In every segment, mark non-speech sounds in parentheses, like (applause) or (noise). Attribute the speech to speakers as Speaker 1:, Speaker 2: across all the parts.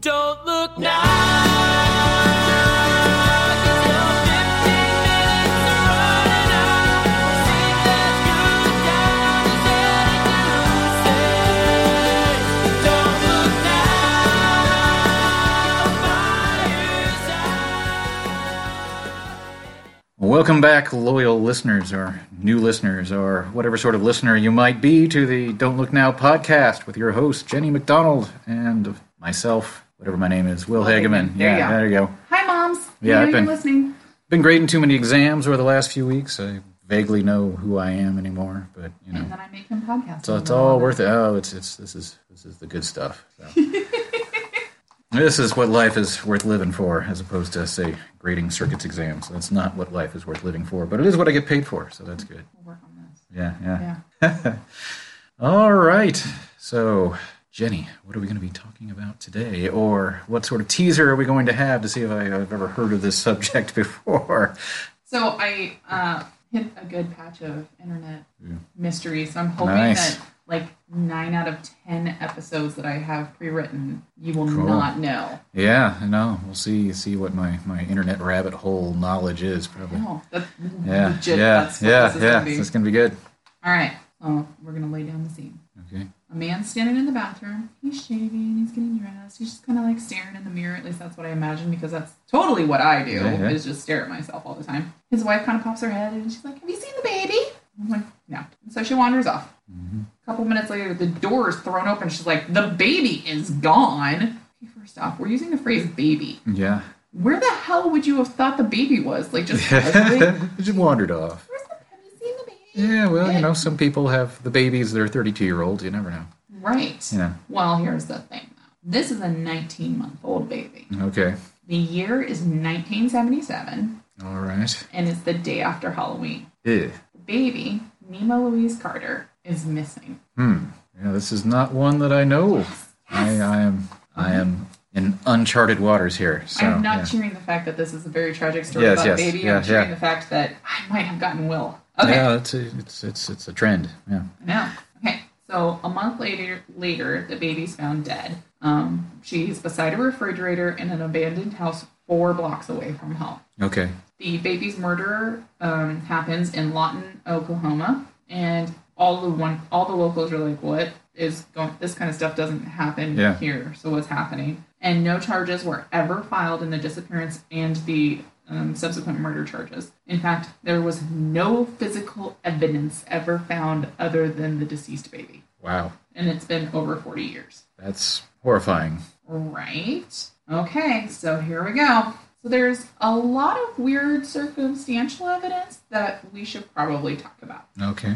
Speaker 1: Don't look now. 'cause your 15 minutes are running out. Sing that good God is headed to Lucy. Don't look now. Fire's out.
Speaker 2: Welcome back, loyal listeners, or new listeners, or whatever sort of listener you might be, to the Don't Look Now podcast with your host, Jenny McDonald, and myself, whatever my name is, Will Hageman.
Speaker 3: There you
Speaker 2: yeah,
Speaker 3: go.
Speaker 2: there you go.
Speaker 3: Hi, moms.
Speaker 2: Yeah,
Speaker 3: you
Speaker 2: I've
Speaker 3: know
Speaker 2: been-
Speaker 3: you're listening.
Speaker 2: Been grading too many exams over the last few weeks. I vaguely know who I am anymore, but you know,
Speaker 3: And then I make him podcasts.
Speaker 2: so it's all worth it. Oh, it's it's this is this is the good stuff. So. (laughs) this is what life is worth living for, as opposed to say grading circuits exams. That's not what life is worth living for, but it is what I get paid for, so that's good.
Speaker 3: We'll work on this.
Speaker 2: Yeah, yeah.
Speaker 3: Yeah.
Speaker 2: All right. So, Jenny, what are we going to be talking about today? Or what sort of teaser are we going to have to see if I- I've ever heard of this (laughs) subject before?
Speaker 3: So I uh, hit a good patch of internet
Speaker 2: Yeah.
Speaker 3: mystery. So I'm hoping
Speaker 2: Nice.
Speaker 3: that like nine out of ten episodes that I have pre-written, you will
Speaker 2: Cool.
Speaker 3: not know.
Speaker 2: Yeah, I know. We'll see see what my, my internet rabbit hole knowledge is, probably.
Speaker 3: No, that's
Speaker 2: Yeah,
Speaker 3: legit.
Speaker 2: yeah,
Speaker 3: Oh, that's what
Speaker 2: yeah,
Speaker 3: this is
Speaker 2: yeah.
Speaker 3: gonna be.
Speaker 2: It's going to be good.
Speaker 3: All right. So we're gonna lay down the scene.
Speaker 2: Okay.
Speaker 3: A man's standing in the bathroom. He's shaving. He's getting dressed. He's just kind of like staring in the mirror. At least that's what I imagine because that's totally what I do
Speaker 2: Yeah, yeah.
Speaker 3: is just stare at myself all the time. His wife kind of pops her head and she's like, "Have you seen the baby?" I'm like, "No." And so she wanders off.
Speaker 2: Mm-hmm.
Speaker 3: A couple minutes later, the door is thrown open. She's like, "The baby is gone." Okay, first off, we're using the phrase "baby."
Speaker 2: Yeah.
Speaker 3: Where the hell would you have thought the baby was? Like
Speaker 2: (laughs)
Speaker 3: just casually?
Speaker 2: Just wandered off.
Speaker 3: Where's the- have you seen the baby?
Speaker 2: Yeah, well, you know, some people have the babies that are 32 year olds. You never know.
Speaker 3: Right.
Speaker 2: Yeah.
Speaker 3: Well, here's the thing. though. This is a 19 month old baby.
Speaker 2: Okay.
Speaker 3: The year is 1977,
Speaker 2: All right.
Speaker 3: and it's the day after Halloween.
Speaker 2: Ew.
Speaker 3: The baby, Nima Louise Carter, is missing.
Speaker 2: Hmm. Yeah, this is not one that I know. I, I am I am in uncharted waters here. So
Speaker 3: I'm not
Speaker 2: yeah.
Speaker 3: cheering the fact that this is a very tragic story
Speaker 2: Yes, yes,
Speaker 3: about a baby.
Speaker 2: yeah,
Speaker 3: I'm cheering
Speaker 2: yeah.
Speaker 3: the fact that I might have gotten Will. Okay.
Speaker 2: Yeah, it's a, it's it's it's a trend. Yeah.
Speaker 3: No. Okay. So a month later, later the baby's found dead. Um, she's beside a refrigerator in an abandoned house four blocks away from home.
Speaker 2: Okay.
Speaker 3: the baby's murder um, happens in Lawton, Oklahoma, and all the one all the locals are like, "What is going? This kind of stuff doesn't happen
Speaker 2: Yeah.
Speaker 3: here. So what's happening?" And no charges were ever filed in the disappearance and the um, subsequent murder charges. In fact, there was no physical evidence ever found other than the deceased baby,
Speaker 2: Wow.
Speaker 3: and it's been over forty years.
Speaker 2: That's horrifying.
Speaker 3: Right. Okay, so here we go. So there's a lot of weird circumstantial evidence that we should probably talk about.
Speaker 2: Okay.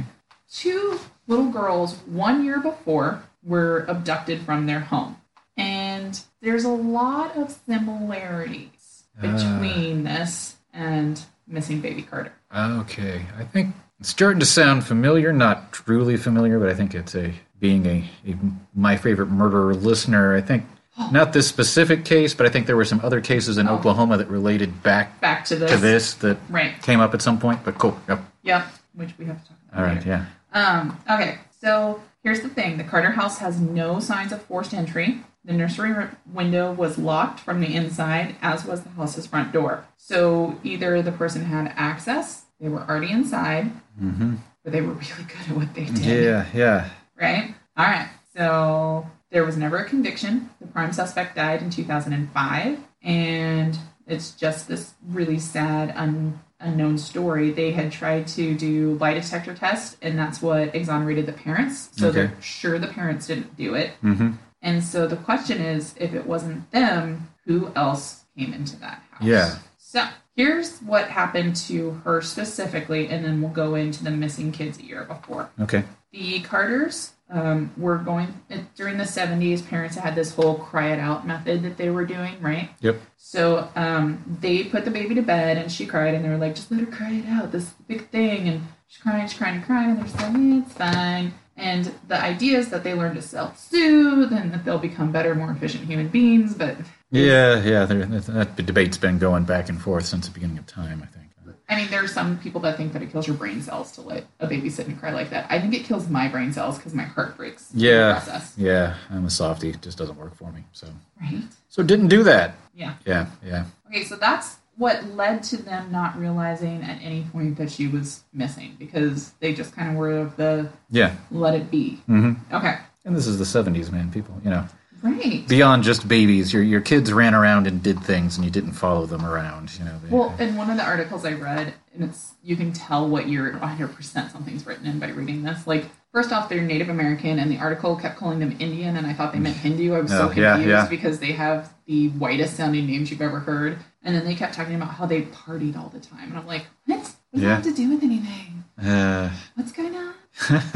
Speaker 3: Two little girls, one year before, were abducted from their home. And there's a lot of similarities
Speaker 2: Ah.
Speaker 3: between this and missing baby Carter.
Speaker 2: Okay. I think it's starting to sound familiar, not truly familiar, but I think it's a being a, a my favorite murderer listener. I think not this specific case, but I think there were some other cases in
Speaker 3: Oh.
Speaker 2: Oklahoma that related back
Speaker 3: Back to this.
Speaker 2: to this that
Speaker 3: Right.
Speaker 2: came up at some point. But cool. Yep.
Speaker 3: Yep. Which we have to talk about.
Speaker 2: All right.
Speaker 3: later.
Speaker 2: Yeah.
Speaker 3: Um, okay, so here's the thing the Carter house has no signs of forced entry. The nursery r- window was locked from the inside, as was the house's front door. So either the person had access, they were already inside,
Speaker 2: Mm-hmm.
Speaker 3: or they were (laughs) really good at what they did.
Speaker 2: Yeah, yeah.
Speaker 3: Right? All right, so there was never a conviction. The prime suspect died in 2005, and it's just this really sad, un- unknown story. They had tried to do lie detector tests, and that's what exonerated the parents. So
Speaker 2: Okay.
Speaker 3: they're sure the parents didn't do it.
Speaker 2: Mm-hmm.
Speaker 3: And so the question is if it wasn't them, who else came into that house?
Speaker 2: Yeah.
Speaker 3: So here's what happened to her specifically, and then we'll go into the missing kids a year before
Speaker 2: Okay.
Speaker 3: the Carters um, were going during the 70s. Parents had this whole cry it out method that they were doing, right?
Speaker 2: Yep.
Speaker 3: So um, they put the baby to bed and she cried, and they were like, just let her cry it out. This is the big thing. And she's crying, she's crying, crying. And they're just like, "Eh, it's fine. And the idea is that they learn to self soothe and that they'll become better, more efficient human beings. But
Speaker 2: Yeah, yeah. There, that, that debate's been going back and forth since the beginning of time, I think.
Speaker 3: I mean, there are some people that think that it kills your brain cells to let a baby sit and cry like that. I think it kills my brain cells because my heart breaks. in the
Speaker 2: Yeah.
Speaker 3: process.
Speaker 2: Yeah, I'm a softie. It just doesn't work for me. So,
Speaker 3: Right.
Speaker 2: so didn't do that.
Speaker 3: Yeah.
Speaker 2: Yeah, yeah.
Speaker 3: Okay, so that's what led to them not realizing at any point that she was missing because they just kind of were of the
Speaker 2: Yeah.
Speaker 3: let it be.
Speaker 2: hmm
Speaker 3: Okay.
Speaker 2: And this is the 70s, man. People, you know,
Speaker 3: Right.
Speaker 2: beyond just babies, your, your kids ran around and did things and you didn't follow them around, you know. They,
Speaker 3: Well, in one of the articles I read, and it's you can tell what year 100% something's written in by reading this. Like, first off, they're Native American, and the article kept calling them Indian, and I thought they meant Hindu. I was so
Speaker 2: Oh, yeah,
Speaker 3: confused
Speaker 2: yeah.
Speaker 3: because they have the whitest sounding names you've ever heard. And then they kept talking about how they partied all the time, and I'm like, what? What does that
Speaker 2: Yeah.
Speaker 3: have to do with anything?
Speaker 2: uh, (laughs)
Speaker 3: What's going on?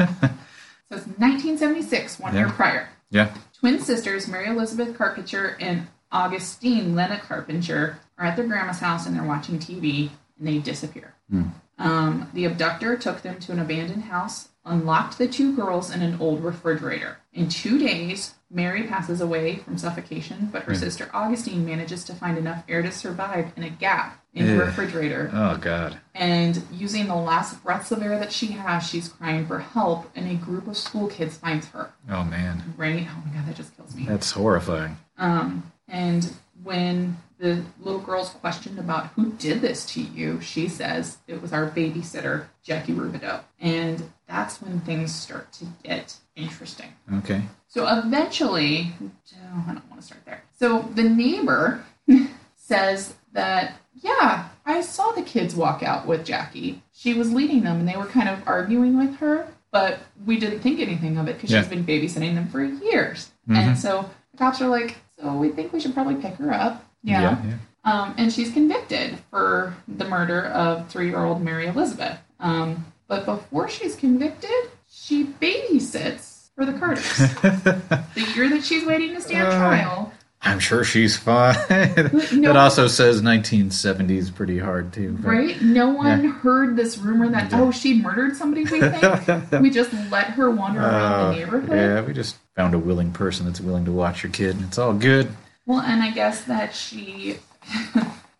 Speaker 3: So it's 1976, one year
Speaker 2: Yeah.
Speaker 3: prior.
Speaker 2: yeah.
Speaker 3: Twin sisters, Mary Elizabeth Carpenter and Augustine Lena Carpenter, are at their grandma's house and they're watching TV and they disappear.
Speaker 2: Hmm.
Speaker 3: Um, the abductor took them to an abandoned house, unlocked the two girls in an old refrigerator. In two days, Mary passes away from suffocation, but her
Speaker 2: Hmm.
Speaker 3: sister Augustine manages to find enough air to survive in a gap in the
Speaker 2: Yeah.
Speaker 3: refrigerator
Speaker 2: Oh, God.
Speaker 3: and using the last breaths of air that she has, she's crying for help, and a group of school kids finds her.
Speaker 2: Oh, man.
Speaker 3: Right? Oh my god, that just kills me.
Speaker 2: That's horrifying.
Speaker 3: Um, and when the little girl's questioned about who did this to you, she says it was our babysitter, Jackie Rubidoux. And that's when things start to get interesting.
Speaker 2: Okay.
Speaker 3: So eventually, oh, I don't want to start there. So the neighbor says that, yeah, I saw the kids walk out with Jackie. She was leading them and they were kind of arguing with her, but we didn't think anything of it because
Speaker 2: Yeah.
Speaker 3: she's been babysitting them for years.
Speaker 2: Mhm.
Speaker 3: And so the cops are like, so we think we should probably pick her up. yeah.
Speaker 2: Yeah.
Speaker 3: Um, and she's convicted for the murder of three year old Mary Elizabeth. Um, but before she's convicted, she babysits for the Carters. the year that she's waiting to stand
Speaker 2: Uh,
Speaker 3: trial.
Speaker 2: (laughs) I'm sure she's fine. (laughs) that also says 1970s pretty hard, too. but- (laughs)
Speaker 3: Right? No one heard this rumor that,
Speaker 2: Yeah.
Speaker 3: oh, she murdered somebody, we
Speaker 2: (laughs)
Speaker 3: think. we just let her wander around
Speaker 2: Uh,
Speaker 3: the neighborhood.
Speaker 2: yeah, we just found a willing person that's willing to watch your kid, and it's all good.
Speaker 3: Well, and I guess that she (laughs)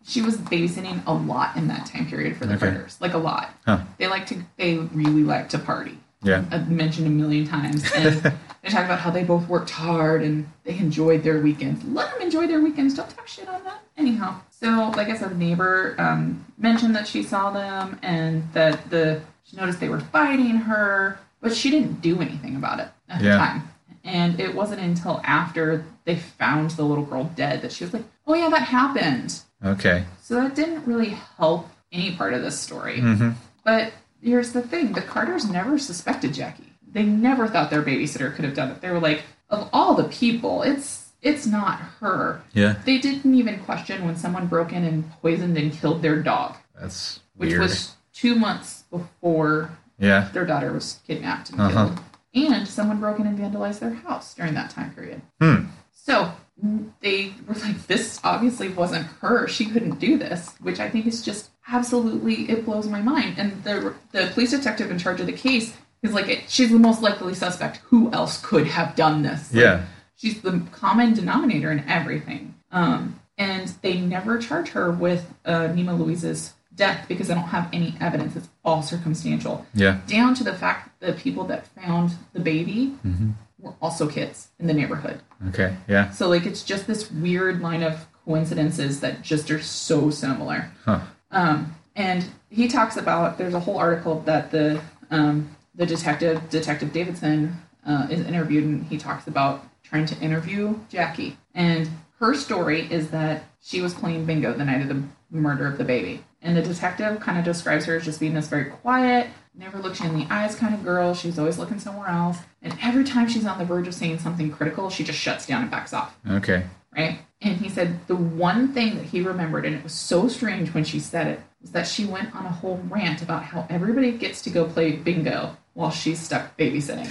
Speaker 3: she was babysitting a lot in that time period for the
Speaker 2: Okay.
Speaker 3: Carters, like a lot.
Speaker 2: Huh.
Speaker 3: They like to they really like to party.
Speaker 2: Yeah.
Speaker 3: I've mentioned a million times, and they talk about how they both worked hard and they enjoyed their weekends. Let them enjoy their weekends. Don't talk shit on them. Anyhow, so like I said, the neighbor um, mentioned that she saw them and that the she noticed they were fighting her, but she didn't do anything about it at
Speaker 2: Yeah.
Speaker 3: the time. And it wasn't until after they found the little girl dead that she was like, "Oh yeah, that happened."
Speaker 2: Okay.
Speaker 3: So that didn't really help any part of this story.
Speaker 2: hmm
Speaker 3: But here's the thing the Carters never suspected Jackie. They never thought their babysitter could have done it. They were like, of all the people, it's it's not her.
Speaker 2: Yeah.
Speaker 3: They didn't even question when someone broke in and poisoned and killed their dog,
Speaker 2: That's
Speaker 3: which
Speaker 2: weird.
Speaker 3: was two months before
Speaker 2: yeah.
Speaker 3: their daughter was kidnapped and
Speaker 2: Uh-huh.
Speaker 3: killed. And someone broke in and vandalized their house during that time period.
Speaker 2: Hmm.
Speaker 3: So mm, they were like, this obviously wasn't her. She couldn't do this, which I think is just absolutely, it blows my mind. And the, the police detective in charge of the case is like, it, she's the most likely suspect. Who else could have done this? Like,
Speaker 2: Yeah.
Speaker 3: she's the common denominator in everything. Um, and they never charge her with uh, Nima Louise's death because they don't have any evidence. It's all circumstantial
Speaker 2: Yeah.
Speaker 3: down to the fact that the people that found the baby
Speaker 2: Mhm.
Speaker 3: were also kids in the neighborhood.
Speaker 2: Okay. Yeah.
Speaker 3: So like it's just this weird line of coincidences that just are so similar.
Speaker 2: Huh.
Speaker 3: Um, and he talks about there's a whole article that the um, the detective Detective Davidson uh, is interviewed and he talks about trying to interview Jackie and her story is that she was playing bingo the night of the murder of the baby and the detective kind of describes her as just being this very quiet never looks you in the eyes kind of girl she's always looking somewhere else and every time she's on the verge of saying something critical she just shuts down and backs off
Speaker 2: Okay. (laughs)
Speaker 3: right? And he said the one thing that he remembered, and it was so strange when she said it, was that she went on a whole rant about how everybody gets to go play bingo while she's stuck babysitting.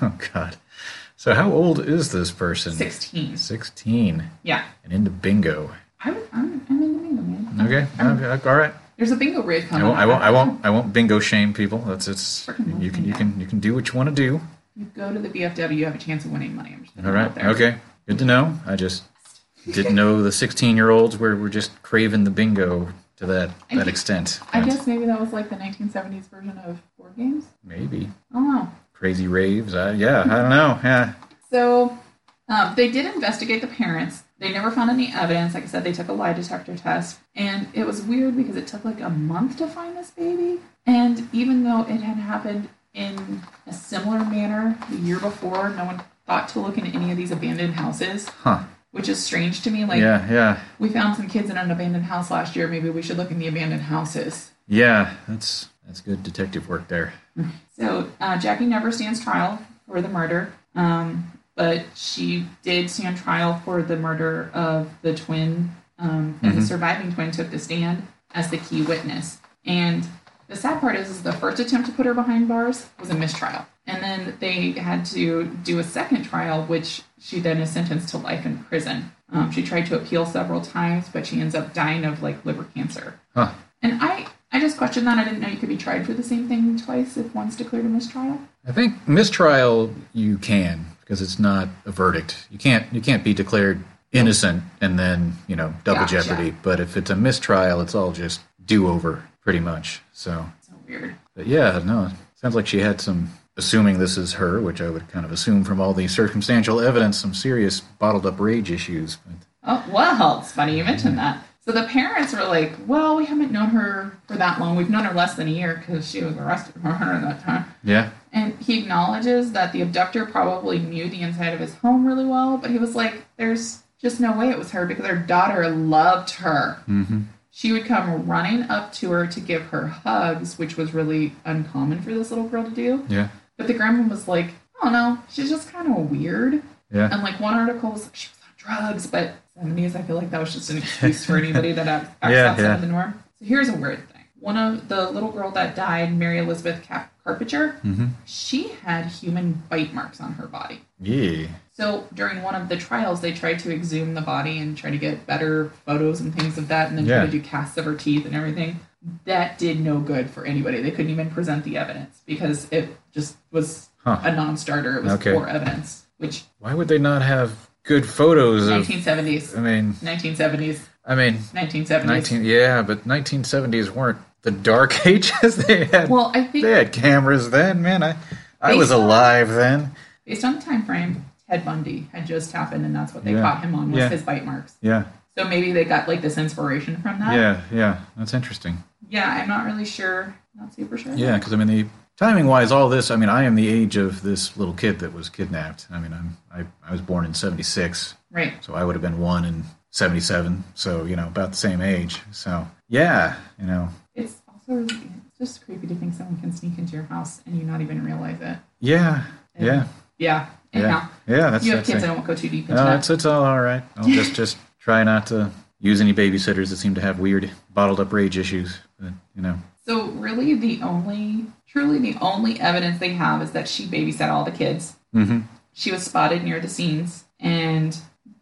Speaker 2: (laughs) oh God. So how old is this person?
Speaker 3: 16.
Speaker 2: Sixteen
Speaker 3: Yeah.
Speaker 2: and into bingo.
Speaker 3: I would, I'm, I'm in the bingo, man.
Speaker 2: Okay.
Speaker 3: Um,
Speaker 2: okay. All right.
Speaker 3: There's a bingo rave
Speaker 2: I
Speaker 3: coming.
Speaker 2: won't, I
Speaker 3: up.
Speaker 2: won't. I won't. I won't bingo shame people. That's it's.
Speaker 3: Freaking love
Speaker 2: You can. You
Speaker 3: bingo.
Speaker 2: can. You can do what you want to do.
Speaker 3: You go to the BFW, you have a chance of winning money. I'm just
Speaker 2: All
Speaker 3: gonna
Speaker 2: right.
Speaker 3: put it out there.
Speaker 2: Okay. Good to know. I just didn't know the 16 year olds were, were just craving the bingo to that
Speaker 3: I
Speaker 2: that
Speaker 3: think-
Speaker 2: extent.
Speaker 3: I guess maybe that was like the 1970s version of board games.
Speaker 2: maybe
Speaker 3: I don't know.
Speaker 2: crazy raves. I, yeah, I don't know. Yeah,
Speaker 3: So um, they did investigate the parents. They never found any evidence. Like I said, they took a lie detector test. And it was weird because it took like a month to find this baby. And even though it had happened in a similar manner the year before, no one thought to look into any of these abandoned houses,
Speaker 2: huh?
Speaker 3: which is strange to me. Like,
Speaker 2: yeah, yeah,
Speaker 3: we found some kids in an abandoned house last year. Maybe we should look in the abandoned houses.
Speaker 2: yeah. That's that's good detective work there.
Speaker 3: So uh, Jackie never stands trial for the murder, um, but she did stand trial for the murder of the twin, um, and the surviving twin took the stand as the key witness. And the sad part is, is the first attempt to put her behind bars was a mistrial. And then they had to do a second trial, which she then is sentenced to life in prison. Um, she tried to appeal several times, but she ends up dying of like liver cancer.
Speaker 2: Huh?
Speaker 3: And I, I just questioned that. I didn't know you could be tried for the same thing twice if one's declared a mistrial.
Speaker 2: I think mistrial you can because it's not a verdict. You can't you can't be declared innocent and then you know double
Speaker 3: Gotcha.
Speaker 2: jeopardy. But if it's a mistrial, it's all just do over pretty much. So
Speaker 3: So weird.
Speaker 2: But yeah, no, it sounds like she had some, assuming this is her, which I would kind of assume from all the circumstantial evidence, some serious bottled up rage issues. But
Speaker 3: Oh, well, it's funny you mentioned that. So the parents were like, well, we haven't known her for that long. We've known her less than a year because she was arrested for murder that time.
Speaker 2: yeah,
Speaker 3: And he acknowledges that the abductor probably knew the inside of his home really well, but he was like, there's just no way it was her because her daughter loved her.
Speaker 2: mm-hmm.
Speaker 3: She would come running up to her to give her hugs, which was really uncommon for this little girl to do.
Speaker 2: yeah,
Speaker 3: But the grandma was like, I don't know, she's just kind of weird.
Speaker 2: yeah,
Speaker 3: And like one article was like, she was on drugs, but 70s, I feel like that was just an
Speaker 2: (laughs)
Speaker 3: excuse for anybody that acts
Speaker 2: Yeah,
Speaker 3: outside
Speaker 2: yeah.
Speaker 3: of the norm. So here's a weird thing. One of the little girl that died, Mary Elizabeth Cap- Carpenter,
Speaker 2: mm-hmm.
Speaker 3: she had human bite marks on her body.
Speaker 2: yeah.
Speaker 3: So during one of the trials, they tried to exhume the body and try to get better photos and things of that, and then
Speaker 2: Yeah.
Speaker 3: try to do casts of her teeth and everything. That did no good for anybody. They couldn't even present the evidence because it just was
Speaker 2: Huh.
Speaker 3: a non-starter. It was
Speaker 2: Okay.
Speaker 3: poor evidence, which
Speaker 2: Why would they not have good photos of?
Speaker 3: 1970s,
Speaker 2: I mean,
Speaker 3: 1970s,
Speaker 2: I mean,
Speaker 3: 1970s.
Speaker 2: nineteen. Yeah, but nineteen seventies weren't the dark (laughs) ages. they had
Speaker 3: well, I think
Speaker 2: they had cameras then, man. I I
Speaker 3: They
Speaker 2: was
Speaker 3: saw-
Speaker 2: alive then.
Speaker 3: based on the time frame, Ted Bundy had just happened, and that's what they
Speaker 2: Yeah.
Speaker 3: caught him on was
Speaker 2: Yeah.
Speaker 3: his bite marks.
Speaker 2: Yeah,
Speaker 3: So maybe they got like this inspiration from that.
Speaker 2: yeah, yeah. That's interesting.
Speaker 3: Yeah, I'm not really sure. Not super sure.
Speaker 2: Yeah, because I mean the timing wise, all this. I mean, I am the age of this little kid that was kidnapped. I mean, I'm I, I was born in '76,
Speaker 3: Right.
Speaker 2: so I would have been one in '77. So you know, about the same age. So yeah, you know,
Speaker 3: It's also it's just creepy to think someone can sneak into your house and you not even realize it.
Speaker 2: yeah, yeah, yeah,
Speaker 3: Yeah.
Speaker 2: yeah.
Speaker 3: Anyhow,
Speaker 2: that's
Speaker 3: you have
Speaker 2: that's
Speaker 3: kids. I
Speaker 2: it.
Speaker 3: won't go too deep into
Speaker 2: No,
Speaker 3: that.
Speaker 2: it's it's all all
Speaker 3: (laughs)
Speaker 2: right. I'll just just try not to use any babysitters that seem to have weird bottled up rage issues. But you know,
Speaker 3: So really, the only, truly, the only evidence they have is that she babysat all the kids.
Speaker 2: hmm
Speaker 3: She was spotted near the scenes. And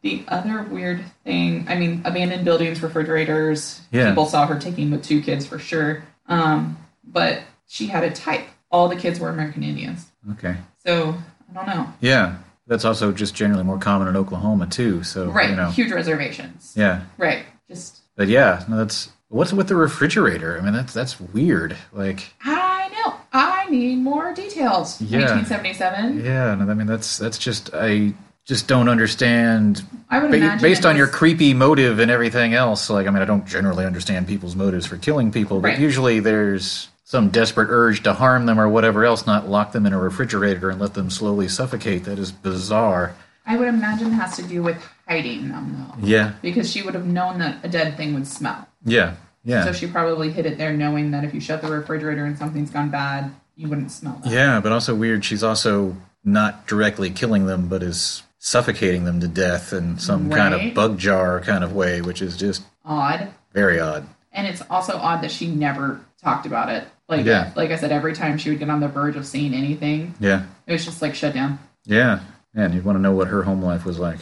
Speaker 3: the other weird thing, I mean, abandoned buildings, refrigerators,
Speaker 2: Yeah.
Speaker 3: people saw her taking with two kids for sure. Um, but she had a type. All the kids were American Indians.
Speaker 2: okay,
Speaker 3: So I don't know.
Speaker 2: yeah. That's also just generally more common in Oklahoma too. So
Speaker 3: Right.
Speaker 2: you know,
Speaker 3: Huge reservations.
Speaker 2: yeah.
Speaker 3: Right. Just,
Speaker 2: But yeah, no, that's what's with the refrigerator. I mean, that's that's weird. Like,
Speaker 3: I know. I need more details.
Speaker 2: Yeah.
Speaker 3: 1977.
Speaker 2: yeah, no, I mean, that's that's just I just don't understand
Speaker 3: I would
Speaker 2: ba-
Speaker 3: imagine.
Speaker 2: based
Speaker 3: it
Speaker 2: on your
Speaker 3: was-
Speaker 2: creepy motive and everything else. Like, I mean, I don't generally understand people's motives for killing people, but
Speaker 3: Right.
Speaker 2: usually there's some desperate urge to harm them or whatever else, not lock them in a refrigerator and let them slowly suffocate. That is bizarre.
Speaker 3: I would imagine it has to do with hiding them, though.
Speaker 2: Yeah,
Speaker 3: Because she would have known that a dead thing would smell.
Speaker 2: yeah,
Speaker 3: So
Speaker 2: yeah,
Speaker 3: she probably hid it there knowing that if you shut the refrigerator and something's gone bad, you wouldn't smell that.
Speaker 2: yeah. But also weird. She's also not directly killing them, but is suffocating them to death in some kind of
Speaker 3: Right.
Speaker 2: bug jar kind of way, which is just
Speaker 3: Odd.
Speaker 2: very odd.
Speaker 3: And it's also odd that she never talked about it. Like,
Speaker 2: Yeah.
Speaker 3: like I said, every time she would get on the verge of seeing anything,
Speaker 2: Yeah,
Speaker 3: it was just like shut down.
Speaker 2: yeah. Man, you'd want to know what her home life was like.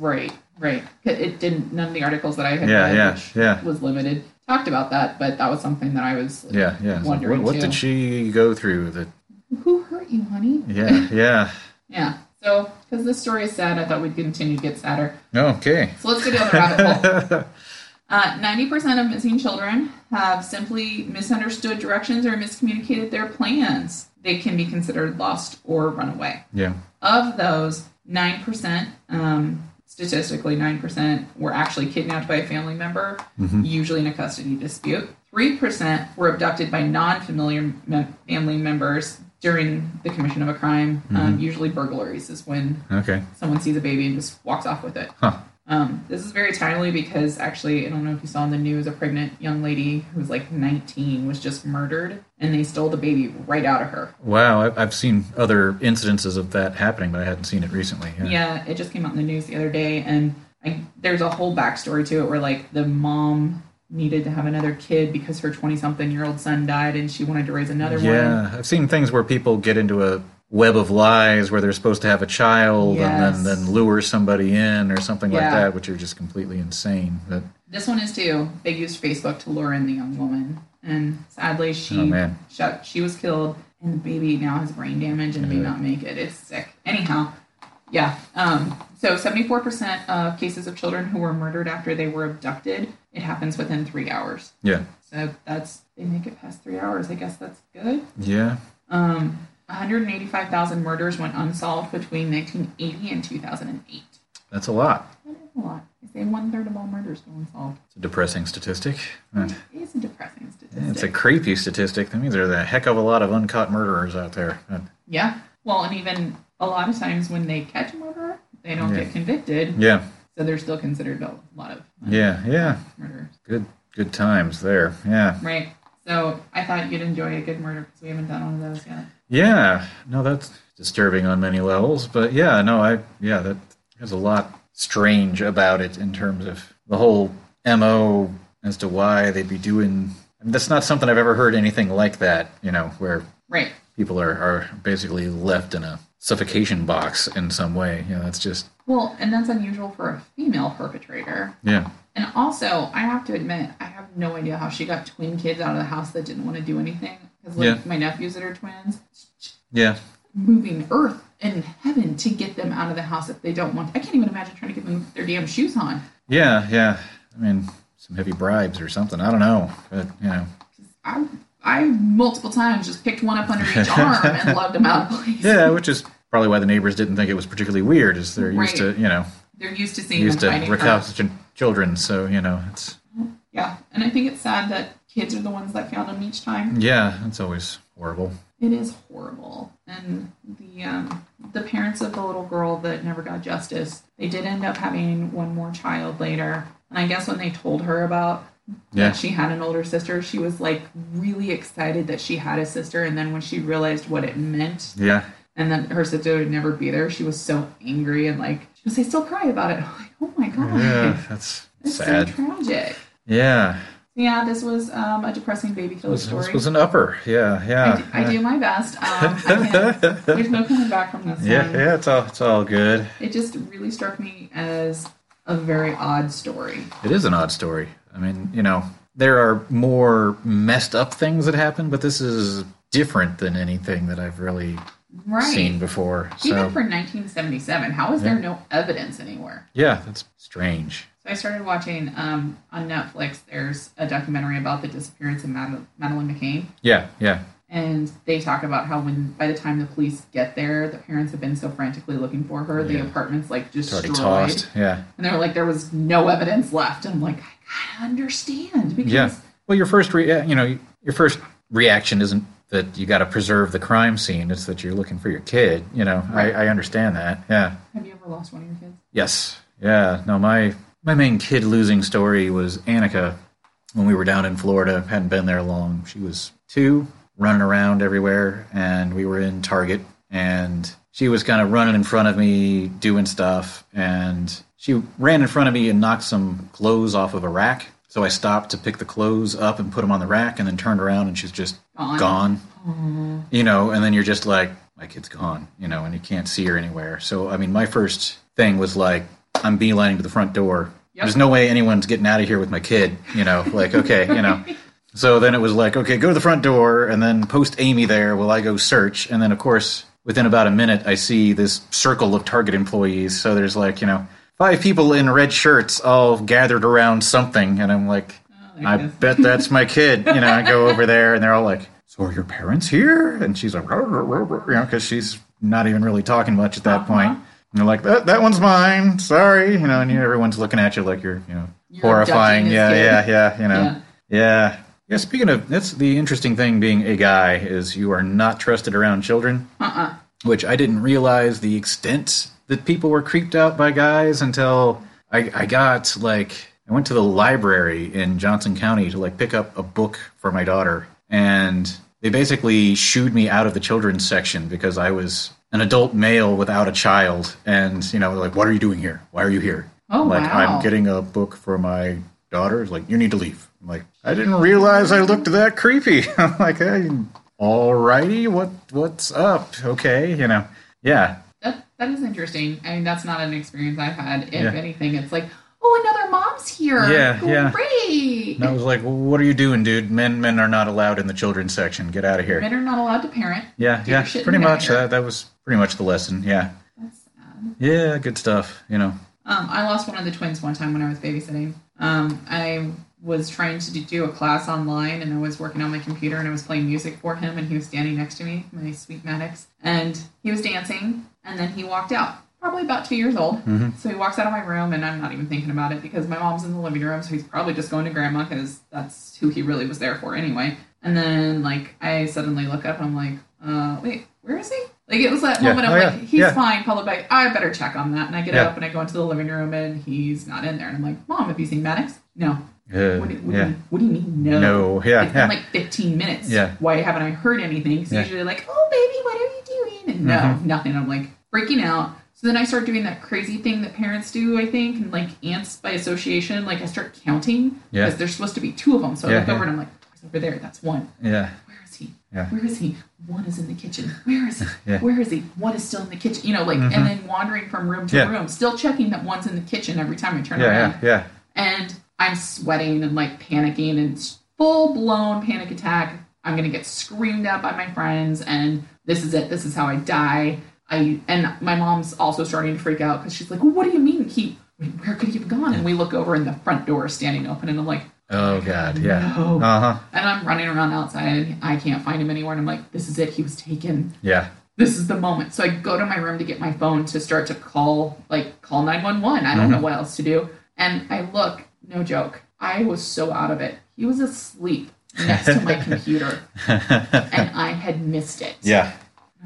Speaker 3: Right, right. It- It didn't. None of the articles that I had
Speaker 2: Yeah,
Speaker 3: read,
Speaker 2: yeah,
Speaker 3: which
Speaker 2: yeah.
Speaker 3: was limited, talked about that. But that was something that I was. Like,
Speaker 2: Yeah, yeah. It's like,
Speaker 3: Wondering
Speaker 2: what, what
Speaker 3: too.
Speaker 2: did she go through? That
Speaker 3: Who hurt you, honey?
Speaker 2: (laughs) yeah, yeah.
Speaker 3: Yeah. So, because this story is sad, I thought we'd continue to get sadder.
Speaker 2: Okay. (laughs)
Speaker 3: So let's go down the rabbit hole. Uh, 90% of missing children have simply misunderstood directions or miscommunicated their plans. They can be considered lost or runaway.
Speaker 2: Yeah.
Speaker 3: Of those, 9%, um, statistically 9%, were actually kidnapped by a family member, usually in a custody dispute. 3% were abducted by non familiar me- family members during the commission of a crime. Um, usually, burglaries is when
Speaker 2: Okay.
Speaker 3: someone sees a baby and just walks off with it.
Speaker 2: Huh.
Speaker 3: Um, this is very timely because actually, I don't know if you saw in the news, a pregnant young lady who was like 19 was just murdered, and they stole the baby right out of her.
Speaker 2: Wow. I- I've seen other incidences of that happening, but I hadn't seen it recently.
Speaker 3: Yeah, it just came out in the news the other day, and I, there's a whole backstory to it where like the mom needed to have another kid because her 20 something year old son died, and she wanted to raise another one.
Speaker 2: Yeah, I've seen things where people get into a web of lies where they're supposed to have a child
Speaker 3: Yes.
Speaker 2: and then, then lure somebody in or something like
Speaker 3: Yeah.
Speaker 2: that, which are just completely insane. But
Speaker 3: This one is too. They used Facebook to lure in the young woman, and sadly, she
Speaker 2: Oh, man.
Speaker 3: shut. She was killed, and the baby now has brain damage and may
Speaker 2: Yeah.
Speaker 3: not make it. It's sick. Anyhow, yeah. Um, so, seventy-four percent of cases of children who were murdered after they were abducted, it happens within three hours.
Speaker 2: yeah,
Speaker 3: So that's they make it past three hours. I guess that's good.
Speaker 2: yeah,
Speaker 3: Um, one hundred eighty-five thousand murders went unsolved between nineteen eighty and two thousand and eight.
Speaker 2: that's a lot.
Speaker 3: That is a lot. They say one third of all murders go unsolved.
Speaker 2: It's a depressing statistic.
Speaker 3: It
Speaker 2: And
Speaker 3: is a depressing statistic.
Speaker 2: Hmm. It's a creepy statistic. That means there's a heck of a lot of uncaught murderers out there. And
Speaker 3: Yeah. Well, and even a lot of times when they catch a murderer, they don't
Speaker 2: Yeah.
Speaker 3: get convicted,
Speaker 2: yeah,
Speaker 3: so they're still considered a lot of
Speaker 2: yeah, yeah.
Speaker 3: murders,
Speaker 2: Good, good times there. Yeah,
Speaker 3: right? So I thought you'd enjoy a good murder because we haven't done one of those yet.
Speaker 2: yeah. No, that's disturbing on many levels. But yeah, no, I yeah, that there's a lot strange about it in terms of the whole mo as to why they'd be doing. I mean, that's not something I've ever heard anything like that. You know, where
Speaker 3: Right.
Speaker 2: people are, are basically left in a suffocation box in some way. You know, that's just
Speaker 3: Well, and that's unusual for a female perpetrator.
Speaker 2: yeah,
Speaker 3: And also, I have to admit, I have no idea how she got twin kids out of the house that didn't want to do anything. Because like
Speaker 2: Yeah.
Speaker 3: my nephews that are twins,
Speaker 2: yeah,
Speaker 3: moving earth and heaven to get them out of the house if they don't want. I can't even imagine trying to get them their damn shoes on.
Speaker 2: yeah, yeah. I mean, some heavy bribes or something. I don't know, but you know,
Speaker 3: I, I multiple times just picked one up under
Speaker 2: (laughs)
Speaker 3: each arm and lugged them out of place.
Speaker 2: yeah, which is probably why the neighbors didn't think it was particularly weird, is they're used
Speaker 3: Right.
Speaker 2: to you know
Speaker 3: They're used to seeing
Speaker 2: used
Speaker 3: them
Speaker 2: to
Speaker 3: fighting. for-
Speaker 2: recalcitrant children. So you know, it's
Speaker 3: Yeah, and I think it's sad that kids are the ones that found them each time.
Speaker 2: yeah, it's always horrible.
Speaker 3: It is horrible. And the um, the parents of the little girl that never got justice, they did end up having one more child later. And I guess when they told her about
Speaker 2: Yeah,
Speaker 3: that she had an older sister, she was like really excited that she had a sister. And then when she realized what it meant
Speaker 2: yeah,
Speaker 3: and then her sister would never be there. She was so angry and like she was. I still cry about it. (laughs) I'm like, oh my god, (laughs)
Speaker 2: yeah. That's
Speaker 3: it's
Speaker 2: sad.
Speaker 3: so tragic.
Speaker 2: yeah,
Speaker 3: Yeah, this was um, a depressing baby killer
Speaker 2: this,
Speaker 3: story.
Speaker 2: this was an upper. Yeah,
Speaker 3: I,
Speaker 2: yeah.
Speaker 3: do, I do my best. Um,
Speaker 2: (laughs)
Speaker 3: I can't, there's no coming back from this
Speaker 2: yeah,
Speaker 3: one.
Speaker 2: yeah, it's all it's all good.
Speaker 3: It just really struck me as a very odd story.
Speaker 2: It is an odd story. I mean, you know, there are more messed up things that happen, but this is different than anything that I've really
Speaker 3: Right.
Speaker 2: seen before.
Speaker 3: Even
Speaker 2: So,
Speaker 3: for 1977, how is there no evidence anywhere?
Speaker 2: yeah, that's strange.
Speaker 3: So I started watching um, on Netflix. There's a documentary about the disappearance of Mad- Madeline McCain.
Speaker 2: Yeah, yeah,
Speaker 3: and they talk about how when by the time the police get there the parents have been so frantically looking for her
Speaker 2: Yeah.
Speaker 3: the apartment's like
Speaker 2: it's already
Speaker 3: destroyed
Speaker 2: tossed. Yeah,
Speaker 3: and they're like there was no evidence left and i'm like i gotta understand because
Speaker 2: yeah. Well, your first, re- uh, you know, your first reaction isn't that you got to preserve the crime scene; it's that you're looking for your kid. You know,
Speaker 3: Right.
Speaker 2: I, I understand that. Yeah.
Speaker 3: have you ever lost one of your kids
Speaker 2: Yes. Yeah. No, my my main kid losing story was Annika when we were down in Florida. Hadn't been there long. She was two, running around everywhere, and we were in Target, and she was kind of running in front of me, doing stuff, and she ran in front of me and knocked some clothes off of a rack. So I stopped to pick the clothes up and put them on the rack, and then turned around, and she's just
Speaker 3: Gone.
Speaker 2: gone you know, and then you're just like, my kid's gone, you know, and you can't see her anywhere. So, I mean, my first thing was like, I'm beelining to the front door.
Speaker 3: Yep.
Speaker 2: There's no way anyone's getting out of here with my kid, you know, like, okay, you
Speaker 3: (laughs)
Speaker 2: know. So then it was like, okay, go to the front door and then post Amy there while I go search. And then, of course, within about a minute, I see this circle of Target employees. So there's like, you know, five people in red shirts all gathered around something, and I'm like,
Speaker 3: Oh, there
Speaker 2: I
Speaker 3: it is.
Speaker 2: bet that's my kid. You know, I go over there, and they're all like, "So are your parents here?" And she's like, "Rah, rah, rah, rah," you know, because she's not even really talking much at that
Speaker 3: Uh-huh.
Speaker 2: point. And they're like, "That that one's mine. Sorry," you know, and you- everyone's looking at you like you're, you know,
Speaker 3: You're
Speaker 2: horrifying.
Speaker 3: abducting
Speaker 2: Yeah,
Speaker 3: this
Speaker 2: yeah,
Speaker 3: kid.
Speaker 2: yeah. You know,
Speaker 3: Yeah.
Speaker 2: yeah. yeah. speaking of that's the interesting thing being a guy is you are not trusted around children,
Speaker 3: Uh-uh.
Speaker 2: which I didn't realize the extent that people were creeped out by guys until I, I got like I went to the library in Johnson County to like pick up a book for my daughter, and they basically shooed me out of the children's section because I was an adult male without a child, and you know like what are you doing here? Why are you here?
Speaker 3: Oh,
Speaker 2: like
Speaker 3: wow.
Speaker 2: I'm getting a book for my daughter. It's like you need to leave. I'm like I didn't realize I looked that creepy. (laughs) I'm like hey, alrighty, what what's up? Okay, you know yeah.
Speaker 3: That, that is interesting. I mean, that's not an experience I've had. If
Speaker 2: Yeah.
Speaker 3: anything, it's like, oh, another mom's here.
Speaker 2: Yeah, yeah.
Speaker 3: Great.
Speaker 2: And I was like, well, "What are you doing, dude? Men, men are not allowed in the children's section. Get out of here."
Speaker 3: Men are not allowed to parent.
Speaker 2: Yeah,
Speaker 3: Get your
Speaker 2: yeah,
Speaker 3: shit
Speaker 2: pretty
Speaker 3: in the
Speaker 2: much.
Speaker 3: air.
Speaker 2: That that was pretty much the lesson. Yeah,
Speaker 3: That's sad.
Speaker 2: yeah, good stuff. You know.
Speaker 3: Um, I lost one of the twins one time when I was babysitting. Um, I was trying to do a class online and I was working on my computer and I was playing music for him and he was standing next to me, my sweet Maddox, and he was dancing and then he walked out. Probably about two years old.
Speaker 2: Mhm.
Speaker 3: So he walks out of my room, and I'm not even thinking about it because my mom's in the living room, so he's probably just going to grandma because that's who he really was there for anyway. And then, like, I suddenly look up, I'm like, uh, wait, where is he? Like, it was that
Speaker 2: Yeah.
Speaker 3: moment I'm
Speaker 2: Oh, yeah.
Speaker 3: like, he's
Speaker 2: Yeah.
Speaker 3: fine, call it back. I better check on that. And I get
Speaker 2: Yeah.
Speaker 3: up and I go into the living room and he's not in there. And I'm like, Mom, have you seen Maddox? No.
Speaker 2: Uh,
Speaker 3: What do, what, do
Speaker 2: yeah.
Speaker 3: you, what do you mean, no?
Speaker 2: No. Yeah.
Speaker 3: It's
Speaker 2: yeah.
Speaker 3: been like 15 minutes.
Speaker 2: Yeah.
Speaker 3: Why haven't I heard anything? Because
Speaker 2: Yeah.
Speaker 3: usually like, oh, baby, what are you doing? And no,
Speaker 2: Mhm.
Speaker 3: nothing. I'm like freaking out. So then I start doing that crazy thing that parents do, I think, and like ants by association. Like I start counting
Speaker 2: Yeah.
Speaker 3: because there's supposed to be two of them. So I
Speaker 2: Yeah,
Speaker 3: look
Speaker 2: yeah.
Speaker 3: over and I'm like, he's over there. That's one.
Speaker 2: yeah.
Speaker 3: Where is he?
Speaker 2: Yeah.
Speaker 3: Where is he? One is in the kitchen. Where is he?
Speaker 2: (laughs) Yeah.
Speaker 3: Where is he? One is still in the kitchen. You know, like,
Speaker 2: Mhm.
Speaker 3: and then wandering from room to
Speaker 2: Yeah.
Speaker 3: room, still checking that one's in the kitchen every time I turn around
Speaker 2: Yeah. Yeah. Yeah.
Speaker 3: and I'm sweating and like panicking and it's full blown panic attack. I'm gonna get screamed at by my friends, and this is it. This is how I die. I and my mom's also starting to freak out because she's like, "What do you mean he? Where could he have gone?" And we look over, and the front door is standing open, and I'm like,
Speaker 2: Oh God. Yeah.
Speaker 3: "No!"
Speaker 2: Uh huh.
Speaker 3: And I'm running around outside, and I can't find him anywhere. And I'm like, "This is it. He was taken."
Speaker 2: Yeah. (laughs)
Speaker 3: this is the moment. So I go to my room to get my phone to start to call, like call 911. I don't
Speaker 2: Mm-hmm.
Speaker 3: know what else to do. And I look, no joke. I was so out of it. He was asleep next to
Speaker 2: (laughs)
Speaker 3: my computer and I had missed it.
Speaker 2: yeah.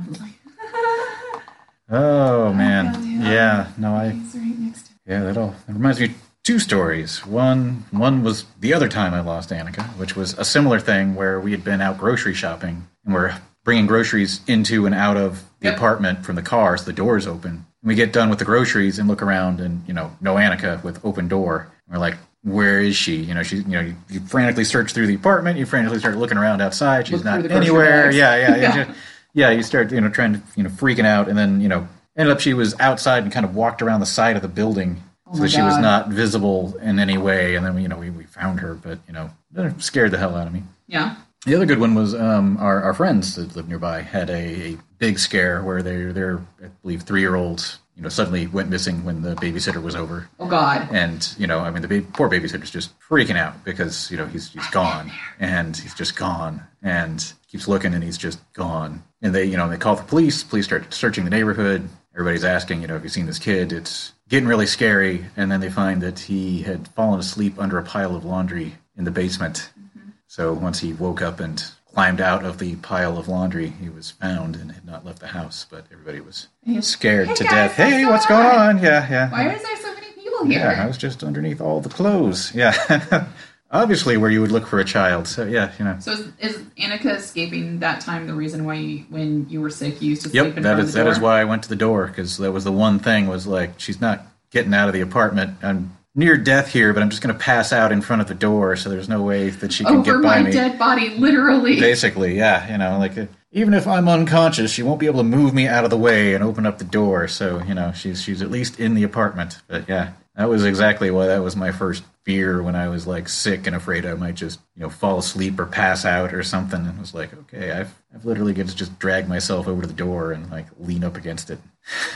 Speaker 3: I was like, (laughs)
Speaker 2: Oh
Speaker 3: God,
Speaker 2: man.
Speaker 3: yeah.
Speaker 2: Yeah. No, I
Speaker 3: he's right next to
Speaker 2: Yeah, that all that reminds me of two stories. One one was the other time I lost Annika, which was a similar thing where we had been out grocery shopping and we're bringing groceries into and out of the
Speaker 3: Yep.
Speaker 2: apartment from the car, so the door's open. And we get done with the groceries and look around and you know no Annika with open door. And we're like. Where is she? You know, she. You know, you, you frantically search through the apartment. You frantically start looking around outside. She's
Speaker 3: Look through the
Speaker 2: not
Speaker 3: grocery
Speaker 2: anywhere.
Speaker 3: bags.
Speaker 2: Yeah, yeah,
Speaker 3: (laughs)
Speaker 2: yeah.
Speaker 3: Yeah.
Speaker 2: Just- yeah, you start, you know, trying to, you know, freaking out, and then, you know, ended up she was outside and kind of walked around the side of the building,
Speaker 3: Oh
Speaker 2: so
Speaker 3: my
Speaker 2: that she was
Speaker 3: God.
Speaker 2: not visible in any way. And then, you know, we, we found her, but you know, that scared the hell out of me.
Speaker 3: Yeah.
Speaker 2: The other good one was um, our, our friends that live nearby had a, a big scare where their their I believe three year olds, you know, suddenly went missing when the babysitter was over,
Speaker 3: Oh God.
Speaker 2: and you know, I mean, the ba- poor babysitter's just freaking out because you know he's he's gone and he's just gone and keeps looking and he's just gone. And they, you know, they call the police. Police start searching the neighborhood. Everybody's asking, you know, have you seen this kid? It's getting really scary. And then they find that he had fallen asleep under a pile of laundry in the basement.
Speaker 3: Mm-hmm.
Speaker 2: So once he woke up and climbed out of the pile of laundry, he was found and had not left the house. But everybody was scared
Speaker 3: Hey,
Speaker 2: to
Speaker 3: guys,
Speaker 2: death. Hey,
Speaker 3: what's going
Speaker 2: what's going
Speaker 3: on?
Speaker 2: on? Yeah, yeah.
Speaker 3: Why is there so many people here?
Speaker 2: Yeah, I was just underneath all the clothes. Yeah. (laughs) Obviously, where you would look for a child. So, yeah, you know.
Speaker 3: So is, is Annika escaping that time the reason why you, when you were sick you used to sleep
Speaker 2: Yep,
Speaker 3: in
Speaker 2: that
Speaker 3: front
Speaker 2: is
Speaker 3: of the
Speaker 2: that
Speaker 3: door?
Speaker 2: is why I went to the door because that was the one thing was like she's not getting out of the apartment. I'm near death here, but I'm just going to pass out in front of the door, so there's no way that she can
Speaker 3: Over
Speaker 2: get
Speaker 3: Oh, my
Speaker 2: by me.
Speaker 3: dead body, literally.
Speaker 2: Basically, yeah, you know, like uh, even if I'm unconscious, she won't be able to move me out of the way and open up the door. So, you know, she's she's at least in the apartment. But yeah, that was exactly why that was my first fear when I was like sick and afraid I might just you know fall asleep or pass out or something. And it was like, okay, I've I've (laughs) literally got to just drag myself over to the door and like lean up against it.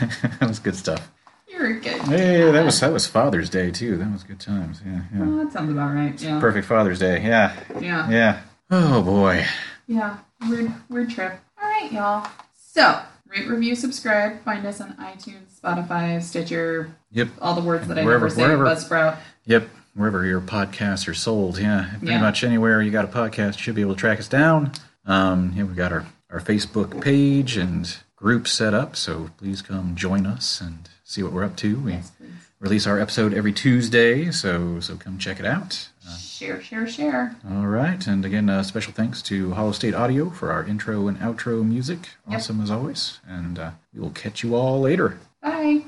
Speaker 2: that was good stuff.
Speaker 3: (laughs) You're a good.
Speaker 2: Hey, that was that was Father's Day too. That was good times. Yeah, yeah.
Speaker 3: Oh, that sounds about right. Yeah.
Speaker 2: Perfect Father's Day. Yeah,
Speaker 3: Yeah.
Speaker 2: yeah. Oh boy.
Speaker 3: Yeah. Weird, weird trip. All right, y'all. So, rate, review, subscribe. Find us on iTunes, Spotify, Stitcher,
Speaker 2: Yep.
Speaker 3: all the words that I
Speaker 2: Wherever-
Speaker 3: never say.
Speaker 2: wherever.
Speaker 3: Buzzsprout.
Speaker 2: Yep. Wherever your podcasts are sold, yeah, pretty
Speaker 3: Yeah.
Speaker 2: much anywhere you got a podcast, you should be able to track us down. Um, yeah, we've got our our Facebook page and group set up, so please come join us and see what we're up to. We
Speaker 3: Yes, please.
Speaker 2: release our episode every Tuesday, so so come check it out.
Speaker 3: Share, share, share.
Speaker 2: All right, and again, uh, special thanks to Hollow State Audio for our intro and outro music.
Speaker 3: Yep.
Speaker 2: Awesome as always, and uh, we will catch you all later.
Speaker 3: Bye.